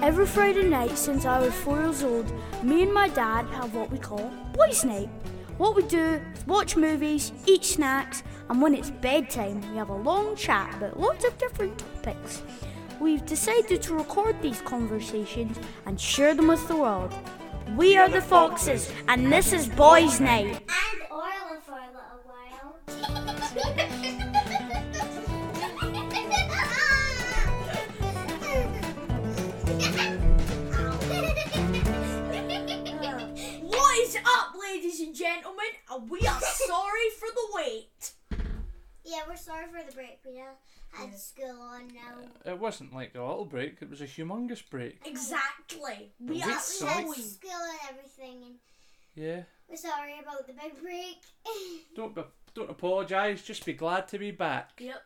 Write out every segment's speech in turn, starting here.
Every Friday night since I was four years old, me and my dad have what we call boys' night. What we do is watch movies, eat snacks, and when it's bedtime, we have a long chat about lots of different topics. We've decided to record these conversations and share them with the world. We are the Foxes, and this is Boys' Night. and Orla for a little while. What is up, ladies and gentlemen? And we are sorry for the wait. yeah, we're sorry for the break. We now had school on now. It wasn't like a little break, it was a humongous break. Exactly. We Wait, are We had Sorry. sorry. school and everything, and Yeah. we're sorry about the big break. Don't be, don't apologise, just be glad to be back. Yep.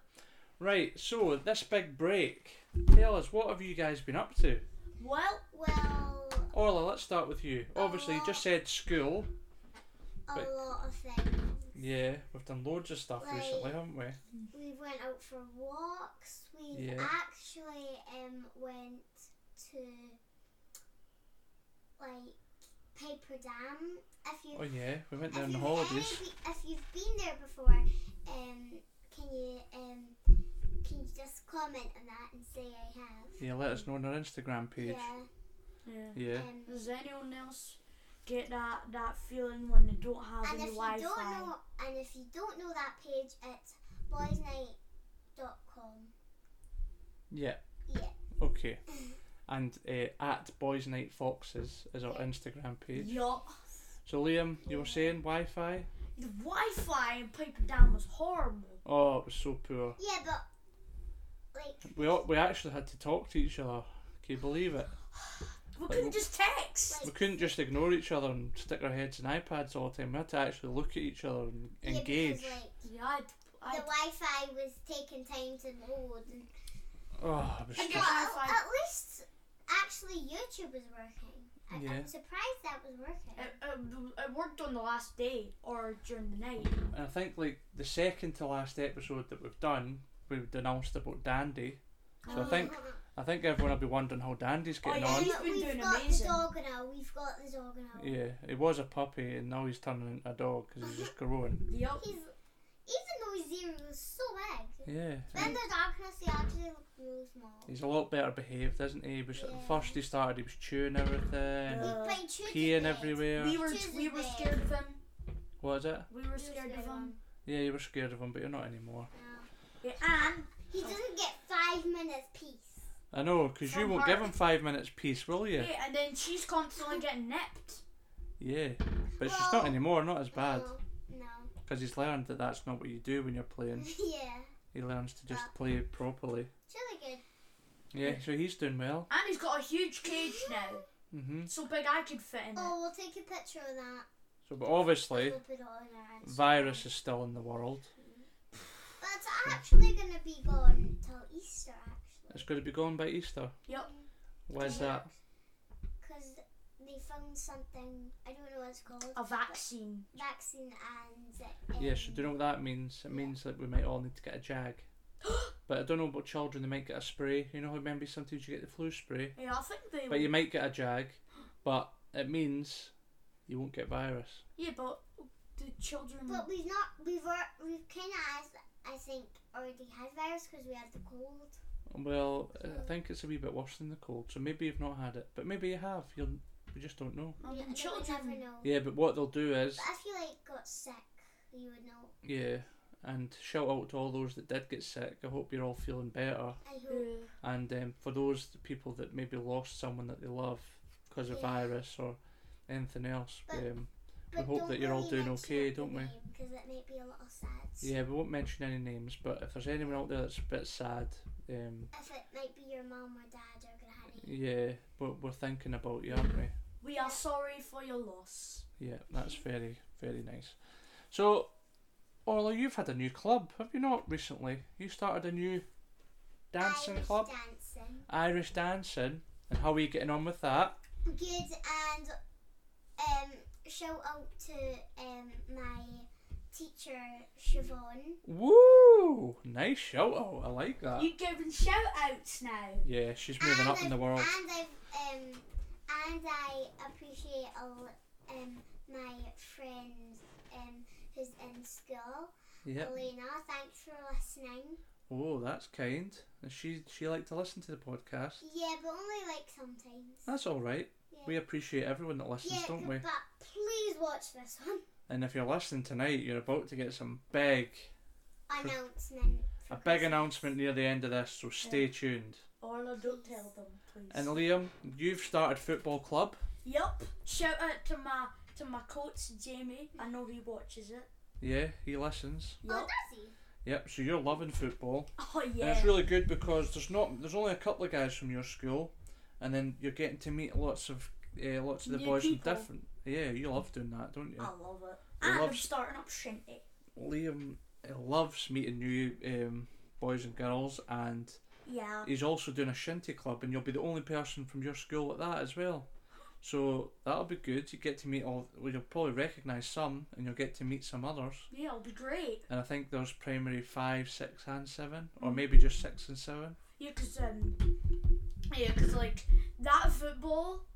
Right, so this big break. Tell us, what have you guys been up to? Well, well, Orla, let's start with you. Obviously, you just said school. a Right. lot of things. Yeah, we've done loads of stuff Right. recently, haven't we? We went out for walks. We Yeah. actually um went to like Paper Dam. If you Oh, yeah, we went if there on the you've holidays. any- if you've been there before, um, can you um can you just comment on that and say I have? Yeah, let us know on our Instagram page. yeah. Yeah. Um, does anyone else get that, that feeling when they don't have and if any you Wi don't Fi? know and if you don't know that page, it's boysnight.com. Yeah. Yeah. Okay. And uh, at Boys Night Foxes is our Instagram page. Yup. So, Liam, you were saying Wi Fi? The Wi Fi in Piper Dam was horrible. Oh, it was so poor. Yeah, but like We, all, we actually had to talk to each other. Can you believe it? We couldn't just text. We couldn't just ignore each other and stick our heads in iPads all the time. We had to actually look at each other and yeah, engage. because, like, Yeah, I'd, the I'd, Wi-Fi was taking time to load. And, Oh, it was And just- The Well, Wi-Fi- at least actually YouTube was working. I, Yeah. I'm surprised that was working. it, it, it worked on the last day or during the night. And I think like the second to last episode that we've done, we've announced about Dandy. So I think I think everyone will be wondering how Dandy's getting Oh, yeah. on. um, he's been we've doing got amazing. the dog now. We've got the dog now. Yeah, he was a puppy and now he's turning into a dog because he's just growing. Yup. He's even though he's zero, he was so big. Yeah, Then the darkness, he actually looked really small. he's a lot better behaved, isn't he? he was, Yeah. At first he started, he was chewing everything, Yeah. He played chewed peeing the bed. everywhere. We were, Choose we a were bed. scared of him. What is it? We were He was scared of scared of him. Yeah, you were scared of him, but you're not anymore. No. Yeah, and He doesn't get five minutes peace. I know, because you From won't give her. him five minutes peace, will you? yeah, and then she's constantly getting nipped. Yeah, but she's not Well- anymore, not as bad, No. because he's learned that that's not what you do when you're playing. no. yeah. He learns to just Uh. play properly. It's really good. Yeah, so he's doing well. And he's got a huge cage now, hmm so big I could fit in it. Oh, we'll take a picture of that. So, but obviously, We'll put it on our Instagram. virus is still in the world. But it's actually going to be gone till Easter, actually. It's going to be gone by Easter. Yep. Where's that? Because they found something, I don't know what it's called. A vaccine. but Vaccine and. Um, Yeah, so do you know what that means? It means that we might all need to get a jag. But I don't know about children, they might get a spray. You know, how remember sometimes you get the flu spray, Yeah, I think they. but you will. might get a jag. But it means you won't get virus. yeah, but the children. But we've not, we've, al- we've kind of, I think, already had virus because we had the cold. Well, I think it's a wee bit worse than the cold, so maybe you've not had it, but maybe you have. You'll, we just don't know. I We- mean, we never Oh, children. know. Yeah, but what they'll do is, But if you, like, got sick, you would know. yeah, and shout out to all those that did get sick. I hope you're all feeling better. I hope. Yeah. And um, for those people that maybe lost someone that they love because of Yeah. virus or anything else, But- um, we But hope don't that you're all really doing mention okay, the don't we? name, 'cause it might be a little sad. yeah, we won't mention any names, but if there's anyone out there that's a bit sad, um, If it might be your mum or dad or granny. yeah, we're, we're thinking about you, aren't we? We are sorry for your loss. Yeah, that's very, very nice. So, Orla, you've had a new club, have you not, recently? You started a new dancing Irish club, Dancing. Irish dancing. And how are you getting on with that? good and um shout out to um, my teacher Siobhan. Woo! Nice shout out. I like that. You're giving shout outs now. Yeah, she's moving and up in the I've- world. And I've um, and I appreciate a l- um my friend um who's in school, Yeah. Elena. Thanks for listening. Oh, that's kind. And She she liked to listen to the podcast. Yeah, but only like sometimes. That's all right. Yeah. We appreciate everyone that listens, yeah, don't we? but please watch this one. And if you're listening tonight, you're about to get some big Announcement. for a big Christmas. announcement near the end of this. So stay tuned. Orla, don't tell them, please. And Liam, you've started football club. Yup. Shout out to my to my coach Jamie. I know he watches it. Yeah, he listens. Oh, Yup. does he? Yep. So you're loving football, Oh and yeah. it's really good because there's not there's only a couple of guys from your school, and then you're getting to meet lots of uh, lots of the New boys from people. different. Yeah, you love doing that, don't you? I love it. We And love- I'm starting up Shinty. Liam uh, loves meeting new um, boys and girls, and Yeah. he's also doing a shinty club, and you'll be the only person from your school at that as well. So that'll be good. You get to meet all. Well, you'll probably recognise some, and you'll get to meet some others. Yeah, it'll be great. And I think there's primary five, six, and seven, or maybe just six and seven. Yeah, 'cause um, yeah, 'cause like that football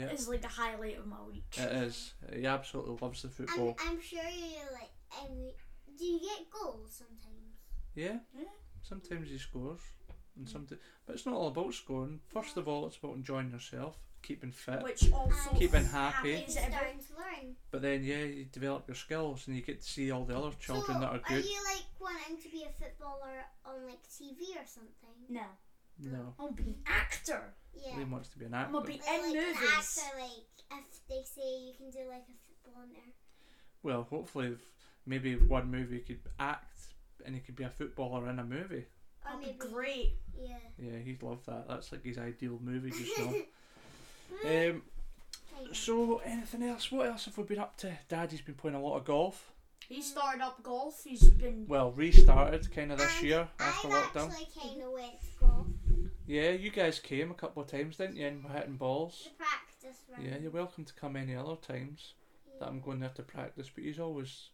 Yeah, Uh, is like the highlight of my week. it is. He absolutely loves the I'm, football. I'm sure you like. Um, do you get goals sometimes? Yeah. Yeah. Sometimes he scores, and sometimes, but it's not all about scoring. First of all, it's about enjoying yourself, keeping fit. which also uh, Keeping happy. You're Is it every- starting to learn. But then, yeah, you develop your skills and you get to see all the other children so, that are good. you like wanting to be a footballer on like TV or something? No, No, I'll be an actor. Yeah. Liam wants to be an I'm actor. gonna be Or, in like an movies. actor, like if they say you can do like a football in there. Well, hopefully, if maybe if one movie could act and he could be a footballer in a movie. Or That'll be Oh, maybe, great. Yeah. Yeah, he'd love that. That's like his ideal movie just now. um, so, anything else? What else have we been up to? Daddy's been playing a lot of golf. He Mm. started up golf. He's been Well, restarted kind of this And year after I've lockdown. actually kind of went to golf. Yeah, you guys came a couple of times, didn't you? And were hitting balls. The practice round. Yeah, you're welcome to come any other times. that I'm going there to practice, but he's always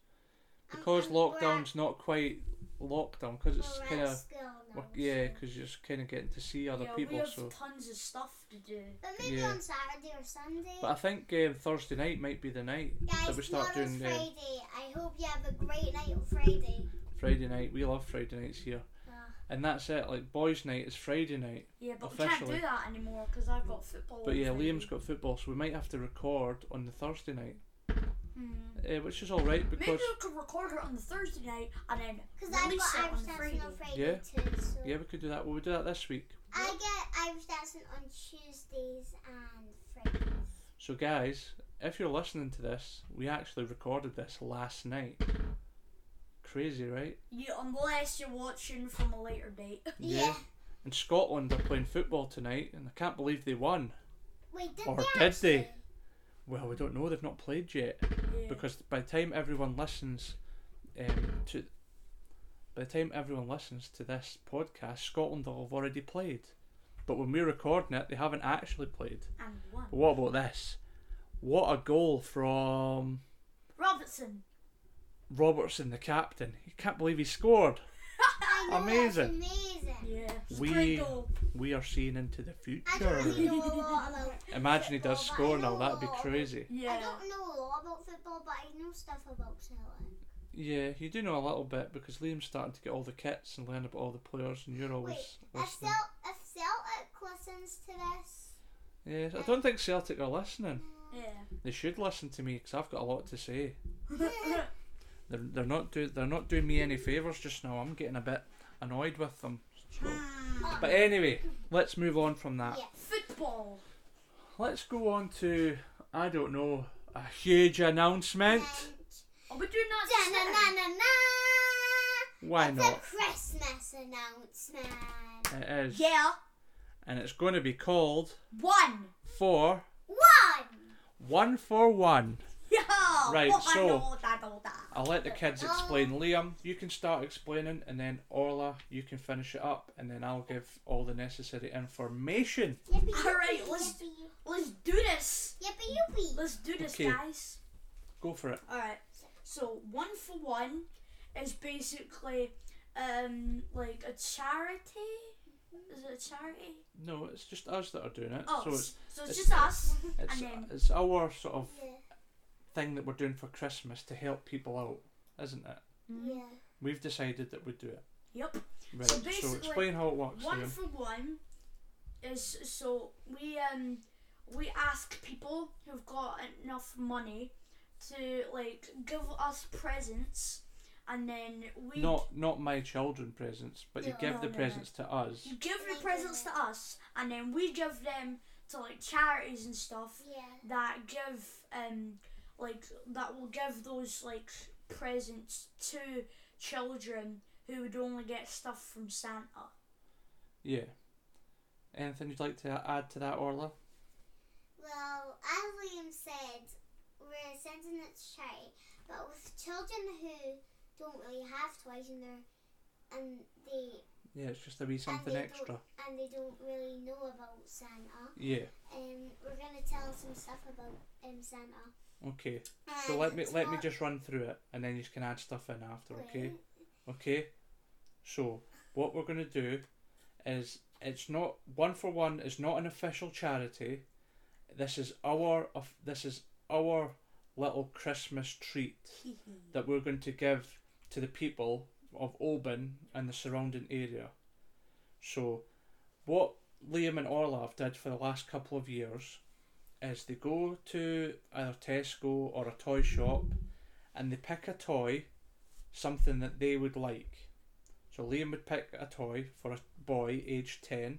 Um, because um, we're at- lockdown's not quite lockdown because it's we're at kind of school now, yeah so- because you're just kind of getting to see other yeah, we people. have So, tons of stuff to do. But maybe yeah. on Saturday or Sunday. but I think um, Thursday night might be the night that Guys, we start tomorrow's doing uh, Friday. I hope you have a great night on Friday. Friday night. We love Friday nights here, Ah. and that's it. Like boys' night is Friday night, Yeah, but we can't Officially. do that anymore because I've got football. but on yeah, Friday. Liam's got football, so we might have to record on the Thursday night, Hmm. uh, which is all right Maybe because we could record it on the Thursday night and then Because I've release got it on Irish the Friday. dancing on Friday too. So yeah, we could do that. We'll we do that this week. I get Irish dancing on Tuesdays and Fridays. So, guys, if you're listening to this, we actually recorded this last night. Crazy, right? Yeah, unless you're watching from a later date. Yeah. And Scotland are playing football tonight, and I can't believe they won. Wait, did Or they? did actually? they? Well, we don't know. They've not played yet Yeah. because by the time everyone listens um, to, by the time everyone listens to this podcast, Scotland will have already played. But when we're recording it, they haven't actually played. and one. But what about this? What a goal from Robertson. Robertson, the captain. You can't believe he scored. I know, that's Amazing. amazing. Yeah. it's a We- great goal. We are seeing into the I don't really future. know a lot about. Imagine he does Football, score I now. know That'd be all. crazy. Yeah. I don't know a lot about football, but I know stuff about Celtic. Yeah, you do know a little bit because Liam's starting to get all the kits and learn about all the players, and you're always Wait, if listening. Cel- if Celtic listens to this, Yeah, I don't think Celtic are listening. Yeah. They should listen to me because I've got a lot to say. They're, they're not do they're not doing me any favors just now. I'm getting a bit annoyed with them. So. But anyway, let's move on from that. Yeah. Football. Let's go on to I don't know a huge announcement. Are we doing that na just na now? na na na. Why it's not? a Christmas announcement. It is. Yeah. And it's going to be called One. for One. one for one. Yeah. Right, What so- I know, that, all that. I'll let the kids Um, explain. Liam, you can start explaining, and then Orla, you can finish it up, and then I'll give all the necessary information. Yippee, All right, yippee, let's- yippee, Let's do this. yippee, yippee. Let's do this, Okay. guys. Go for it. Alright, so one for one is basically um like a charity. Is it a charity? No, it's just us that are doing it. Oh, so it's so it's it's- just us. it's, and then- it's our sort of Yeah. thing that we're doing for Christmas to help people out, isn't it? Yeah. We've decided that we do it. Yep. Right. So So, basically, explain how it works. One Liam. for one is so we um we ask people who've got enough money to like give us presents, and then we Not not my children presents, but you No, give no, the no, no. presents to us. you give the presents to us, and then we give them to like charities and stuff Yeah. that give um like that will give those like presents to children who would only get stuff from Santa. Yeah. Anything you'd like to add to that, Orla? Well, as Liam said, we're sending it to charity, but with children who don't really have toys and they're and they Yeah, it's just a wee something and they extra. Don't, and they don't really know about Santa. Yeah. Um, we're gonna tell some stuff about um Santa. Okay. So let me let me just run through it, and then you can add stuff in after. Okay. Okay. So what we're gonna do is it's not one for one. It's not an official charity. This is our of this is our little Christmas treat that we're going to give to the people of Oban and the surrounding area. So what Liam and Orla have did for the last couple of years is they go to either Tesco or a toy shop and they pick a toy, something that they would like. So Liam would pick a toy for a boy aged 10,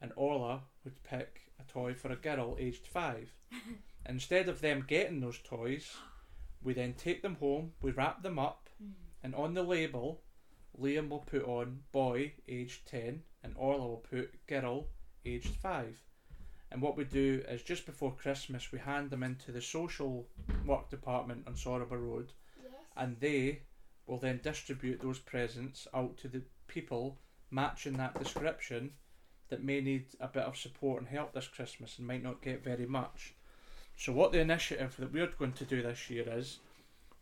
and Orla would pick a toy for a girl aged 5. Instead of them getting those toys, we then take them home, we wrap them up, and on the label, Liam will put on boy aged 10, and Orla will put girl aged 5. And what we do is just before Christmas, we hand them into the social work department on Soraba Road, Yes. and they will then distribute those presents out to the people matching that description that may need a bit of support and help this Christmas and might not get very much. So, what the initiative that we're going to do this year is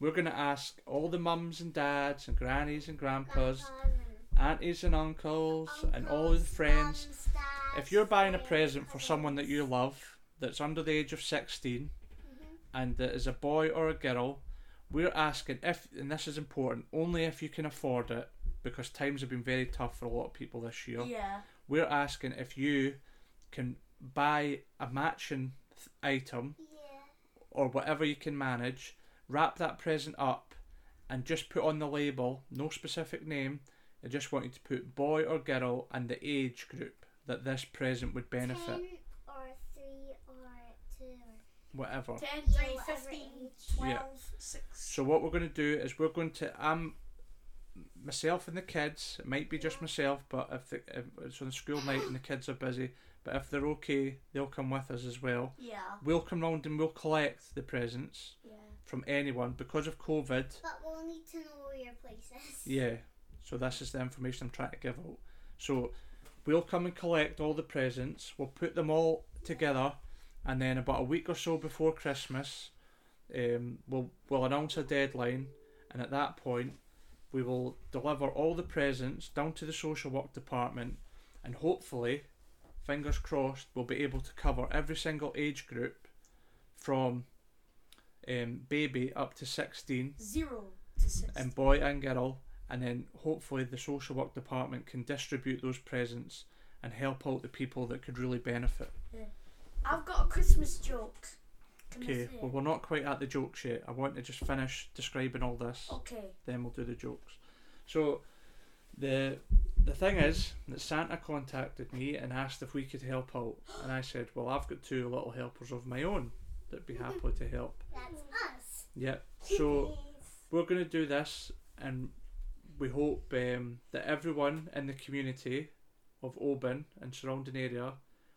we're going to ask all the mums and dads and grannies and grandpas, aunties and uncles, and all the friends if you're buying a present for someone that you love that's under the age of 16 and that is a boy or a girl, we're asking if, and this is important, only if you can afford it because times have been very tough for a lot of people this year. Yeah. We're asking if you can buy a matching th- item Yeah. or whatever you can manage, wrap that present up and just put on the label, no specific name. I just want you to put boy or girl and the age group that this present would benefit. Ten or three or two. Or whatever. 10, Yeah, 3, whatever 15, age. 12, Yeah. 6. So what we're going to do is we're going to um myself and the kids. It might be just myself, but if, the, if it's on school night and the kids are busy, but if they're okay, they'll come with us as well. Yeah. We'll come round and we'll collect the presents from anyone because of COVID. But we'll need to know where your place is. Yeah. So this is the information I'm trying to give out. So we'll come and collect all the presents. We'll put them all together, and then about a week or so before Christmas, um, we'll we'll announce a deadline, and at that point, we will deliver all the presents down to the social work department, and hopefully, fingers crossed, we'll be able to cover every single age group, from um, baby up to sixteen 0 to 6. and boy and girl, and then hopefully the social work department can distribute those presents and help out the people that could really benefit. I've got a Christmas joke. Can I Okay, say it? well, we're not quite at the jokes yet. I want to just finish describing all this, Okay. then we'll do the jokes. So, the the thing is that Santa contacted me and asked if we could help out, and I said, "Well, I've got two little helpers of my own that'd be happy to help." That's us. Yep. So. we're going to do this and we hope um, that everyone in the community of Oban and surrounding area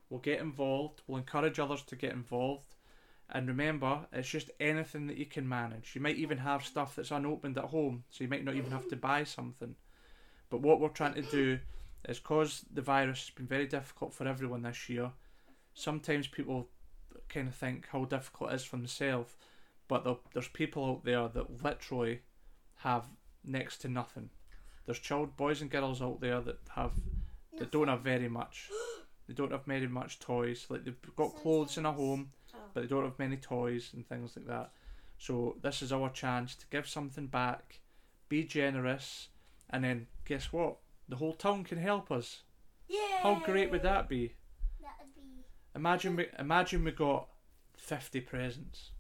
will get involved, will encourage others to get involved. And remember, it's just anything that you can manage. You might even have stuff that's unopened at home, so you might not even have to buy something. But what we're trying to do is because the virus has been very difficult for everyone this year, sometimes people kind of think how difficult it is for themselves But there- there's people out there that literally have next to nothing. There's child boys and girls out there that have that don't have very much. They don't have very much toys. Like they've got clothes and a home, Oh. but they don't have many toys and things like that. So this is our chance to give something back, be generous, and then guess what? The whole town can help us. Yeah. How great would that be? That would be. Imagine we imagine we got fifty presents.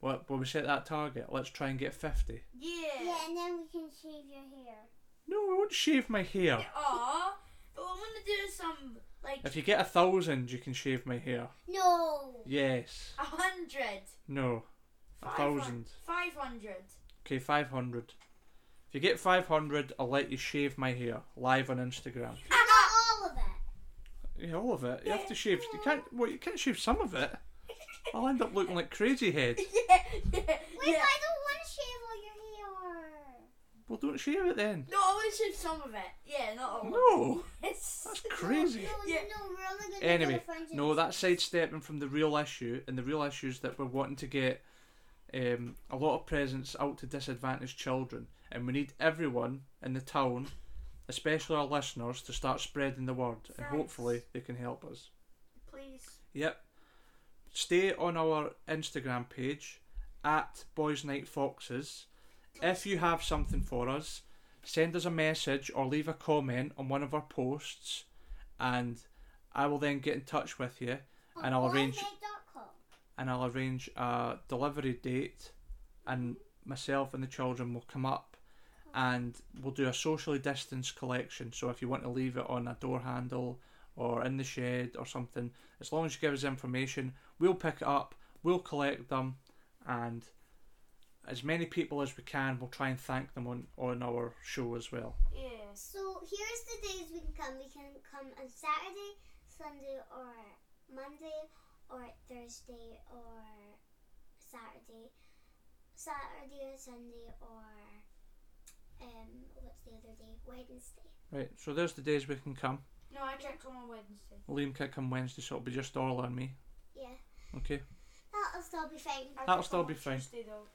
What when we set that target, let's try and get fifty. Yeah. Yeah, and then we can shave your hair. No, I won't shave my hair. Aw, but I want to do some like If you get a thousand, you can shave my hair. No. Yes. a hundred. No. A thousand. Five hundred. Okay, five hundred. If you get five hundred, I'll let you shave my hair live on Instagram. Not all of it. Yeah, all of it. You have to shave. You can't. Well, you can't shave some of it. I'll end up looking like crazy head. Yeah, yeah, Wait, I don't want to shave all your hair. Well, don't shave it then. No, I want to shave some of it. Yeah, not all. of it. No, Yes. that's crazy. No, Yeah. no, we're only going to Anyway, get a friendship. no, that's sidestepping from the real issue, and the real issue is that we're wanting to get um, a lot of presents out to disadvantaged children, and we need everyone in the town, especially our listeners, to start spreading the word, and Thanks. hopefully they can help us. Please. Yep. Stay on our Instagram page at Boys Night Foxes. If you have something for us, send us a message or leave a comment on one of our posts, and I will then get in touch with you, and Oh, I'll arrange boysnight.com. and I'll arrange a delivery date, and myself and the children will come up, and we'll do a socially distanced collection. So if you want to leave it on a door handle or in the shed or something, as long as you give us information, we'll pick it up, we'll collect them, and as many people as we can, we'll try and thank them on on our show as well. Yes. So here's the days we can come. We can come on Saturday, Sunday, or Monday, or Thursday, or Saturday, Saturday or Sunday, or um, what's the other day? Wednesday. Right. So there's the days we can come. No, I can't come on Wednesday. Liam can't come Wednesday, so it'll be just Orla and me. Yeah, Okay. that'll still be fine. I That'll can't still come be on fine. Tuesday though.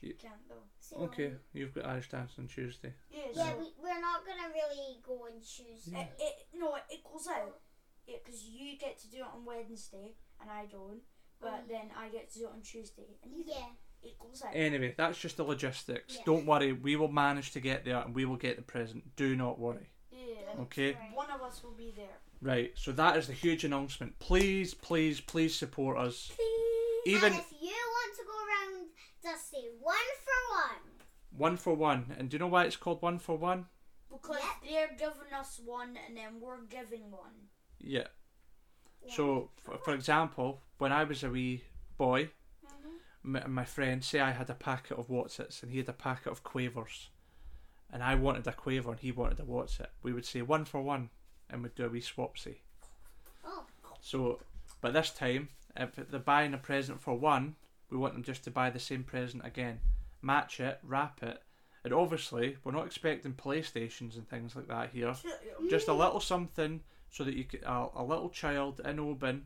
Ye- Can't though. So, Okay. You've got Irish dance on Tuesday. Yeah. Yeah, so- we, we're not gonna really go on Tuesday. Yeah. It, it no, it equals out. Yeah, because you get to do it on Wednesday and I don't, but then I get to do it on Tuesday and you Mm. Yeah. equals out. Anyway, that's just the logistics. Yeah. Don't worry, we will manage to get there and we will get the present. Do not worry. yeah. Okay? Right. One of us will be there. Right, so that is the huge announcement. Please, please, please support us. Even and if you want to go around Dusty one for one, one for one. And do you know why it's called one for one? Because Yeah. they're giving us one and then we're giving one. Yeah. So, for, for example, when I was a wee boy, my, my friend, say I had a packet of Watsits and he had a packet of Quavers, and I wanted a Quaver and he wanted a Watsit, we would say one for one and we'd do a wee swapsy. oh, So, but this time, if they're buying a present for one, we want them just to buy the same present again, match it, wrap it, and obviously we're not expecting PlayStations and things like that here. Just a little something so that you c a a little child in Oban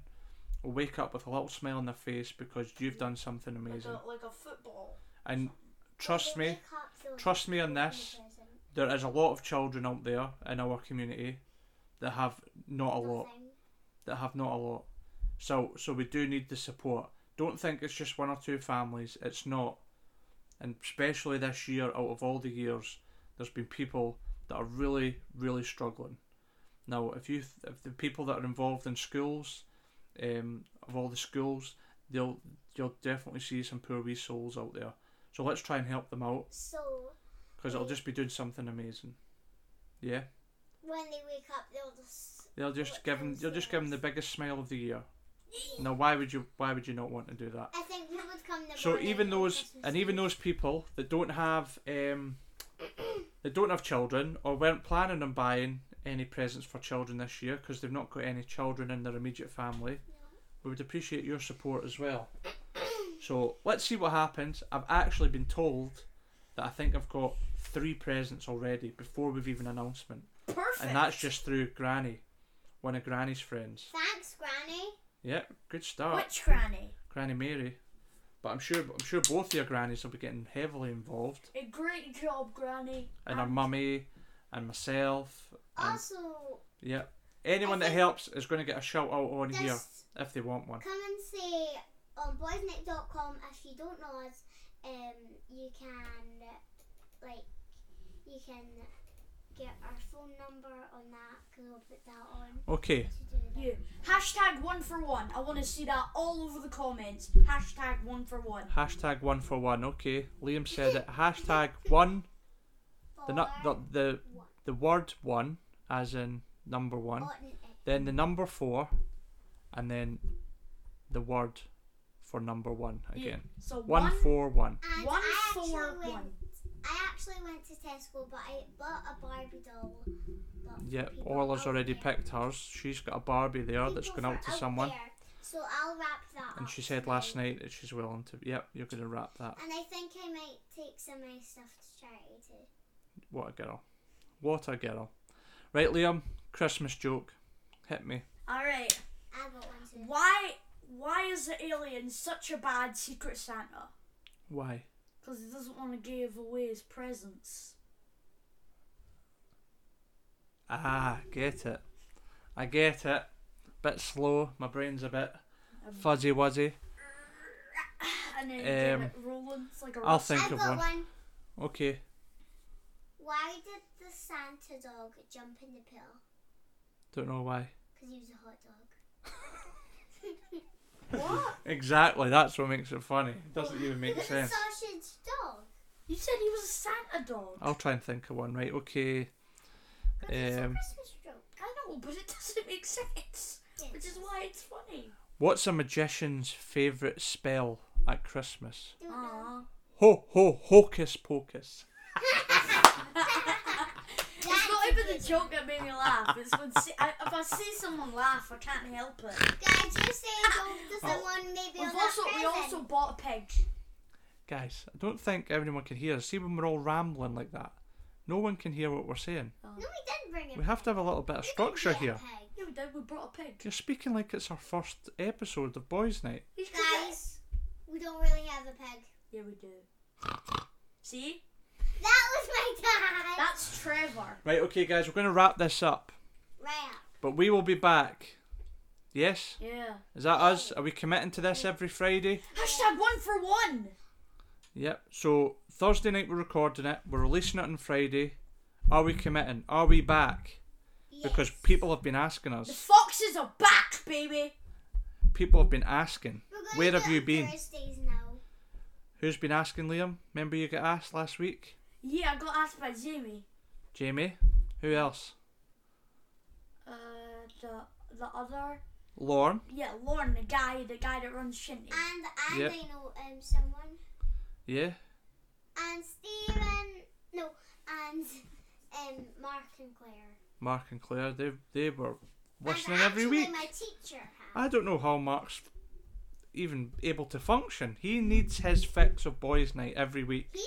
will wake up with a little smile on their face because you've done something Like amazing. a, like a football. And trust me, trust me on this. Present. There is a lot of children out there in our community that have not a lot. Nothing. that have not a lot. So so we do need the support. Don't think it's just one or two families. It's not. And especially this year, out of all the years, there's been people that are really, really struggling. Now, if you if the people that are involved in schools, um, of all the schools, they'll you'll definitely see some poor wee souls out there. So let's try and help them out So because it'll just be doing something amazing. Yeah, when they wake up, they'll just they'll just give them. You'll just give them the biggest smile of the year. No. Now, why would you? Why would you not want to do that? I think we would come. The So morning even on those Christmas and even Eve. those people that don't have um, that don't have children or weren't planning on buying any presents for children this year because they've not got any children in their immediate family, we would appreciate your support as well. So let's see what happens. I've actually been told that I think I've got three presents already before we've even announcement, Perfect. and that's just through Granny, one of Granny's friends. Thanks, Granny. Yeah, good start. Which granny? Granny Mary. But I'm sure I'm sure both your grannies will be getting heavily involved, A great job, Granny. and our mummy, and myself, and Also, yeah, anyone I that think- helps is going to get a shout out on here just if they want one. come and say on boysnick.com if you don't know us, um, you can like you can get our phone number on that because we'll put that on Okay, to do that. Yeah. Hashtag one for one. I want to see that all over the comments. Hashtag one for one. hashtag one for one. Okay, Liam said it. Hashtag one. The nu- the the One. the word one, as in number one. Button it. Then the number four, and then the word for number one again. So One four one. And One I actually for went, one. I actually went to Tesco, but I bought a Barbie doll. but Yeah, people Orla's out already there- picked hers. She's got a Barbie there that's people going out for to someone, there. So I'll wrap that. and up she said last today. night that she's willing to. Yep, you're going to wrap that. And I think I might take some of my stuff to charity too. What a girl. What a girl. Right, Liam. Christmas joke. Hit me. All right. I got one too. Why? Why is the alien such a bad Secret Santa? Why? Because he doesn't want to give away his presents. Ah, get it. I get it. Bit slow. My brain's a bit Um, fuzzy wuzzy. And then get Um, it rolling. It's like a I'll rock- think I of got one. Okay. Why did the Santa dog jump in the pill? Don't know why. Because he was a hot dog. What? Exactly. That's what makes it funny. It doesn't even make He's a sense. sausage dog. You said he was a Santa dog. I'll try and think of one. Right. Okay. 'Cause it's a Um, Christmas joke. I know, but it doesn't make sense. Which is why it's funny. What's a magician's favourite spell at Christmas? Don't know. Aww. Ho ho hocus pocus. It's not even the joke that made me laugh. It's when see, I, if I see someone laugh, I can't help it. Guys, you say don't to someone maybe Ah. Oh. on We've that also we present. also bought a pig. Guys, I don't think everyone can hear. us. See when we're all rambling like that, no one can hear what we're saying. No, we did bring it. We have to have a little bit of structure here. Yeah, we did. We brought a pig. You're speaking like it's our first episode of Boys Night. He's good. Guys, we don't really have a peg. Yeah, we do. See, That was my dad. that's Trevor. Right. Okay, guys, we're going to wrap this up, right up. but we will be back. Yes. Yeah. Is that us? Are we committing to this every Friday? Hashtag one for one. Yep. So Thursday night we're recording it. We're releasing it on Friday. Are we committing? Are we back? Because Yes. people have been asking The us. foxes are back, baby. People have been asking. We're gonna Where do have it you on been? Thursdays now. Who's been asking, Liam? Remember you got asked last week? Yeah, I got asked by Jamie. Jamie. Who else? Uh, the the other. Lorne. Yeah, Lauren, the guy, the guy that runs Shinty. And and Yep. I know um someone. Yeah. And Steven no and um Mark and Claire. Mark and Claire. They they were listening and every actually week. my teacher had. I don't know how Mark's even able to function. He needs his fix of boys' night every week. He's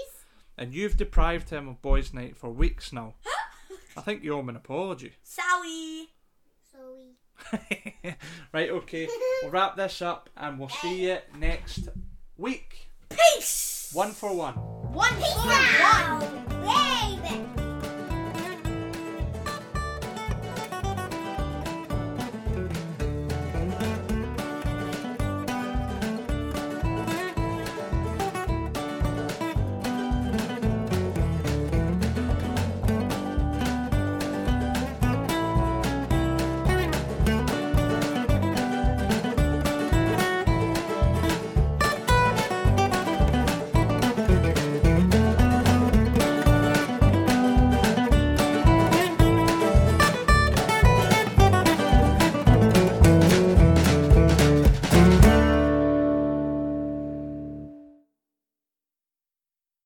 and you've deprived him of boys' night for weeks now. I think you owe him an apology. Sally. so we right, okay, we'll wrap this up and we'll see you next week. Peace. One for one. One for one. Baby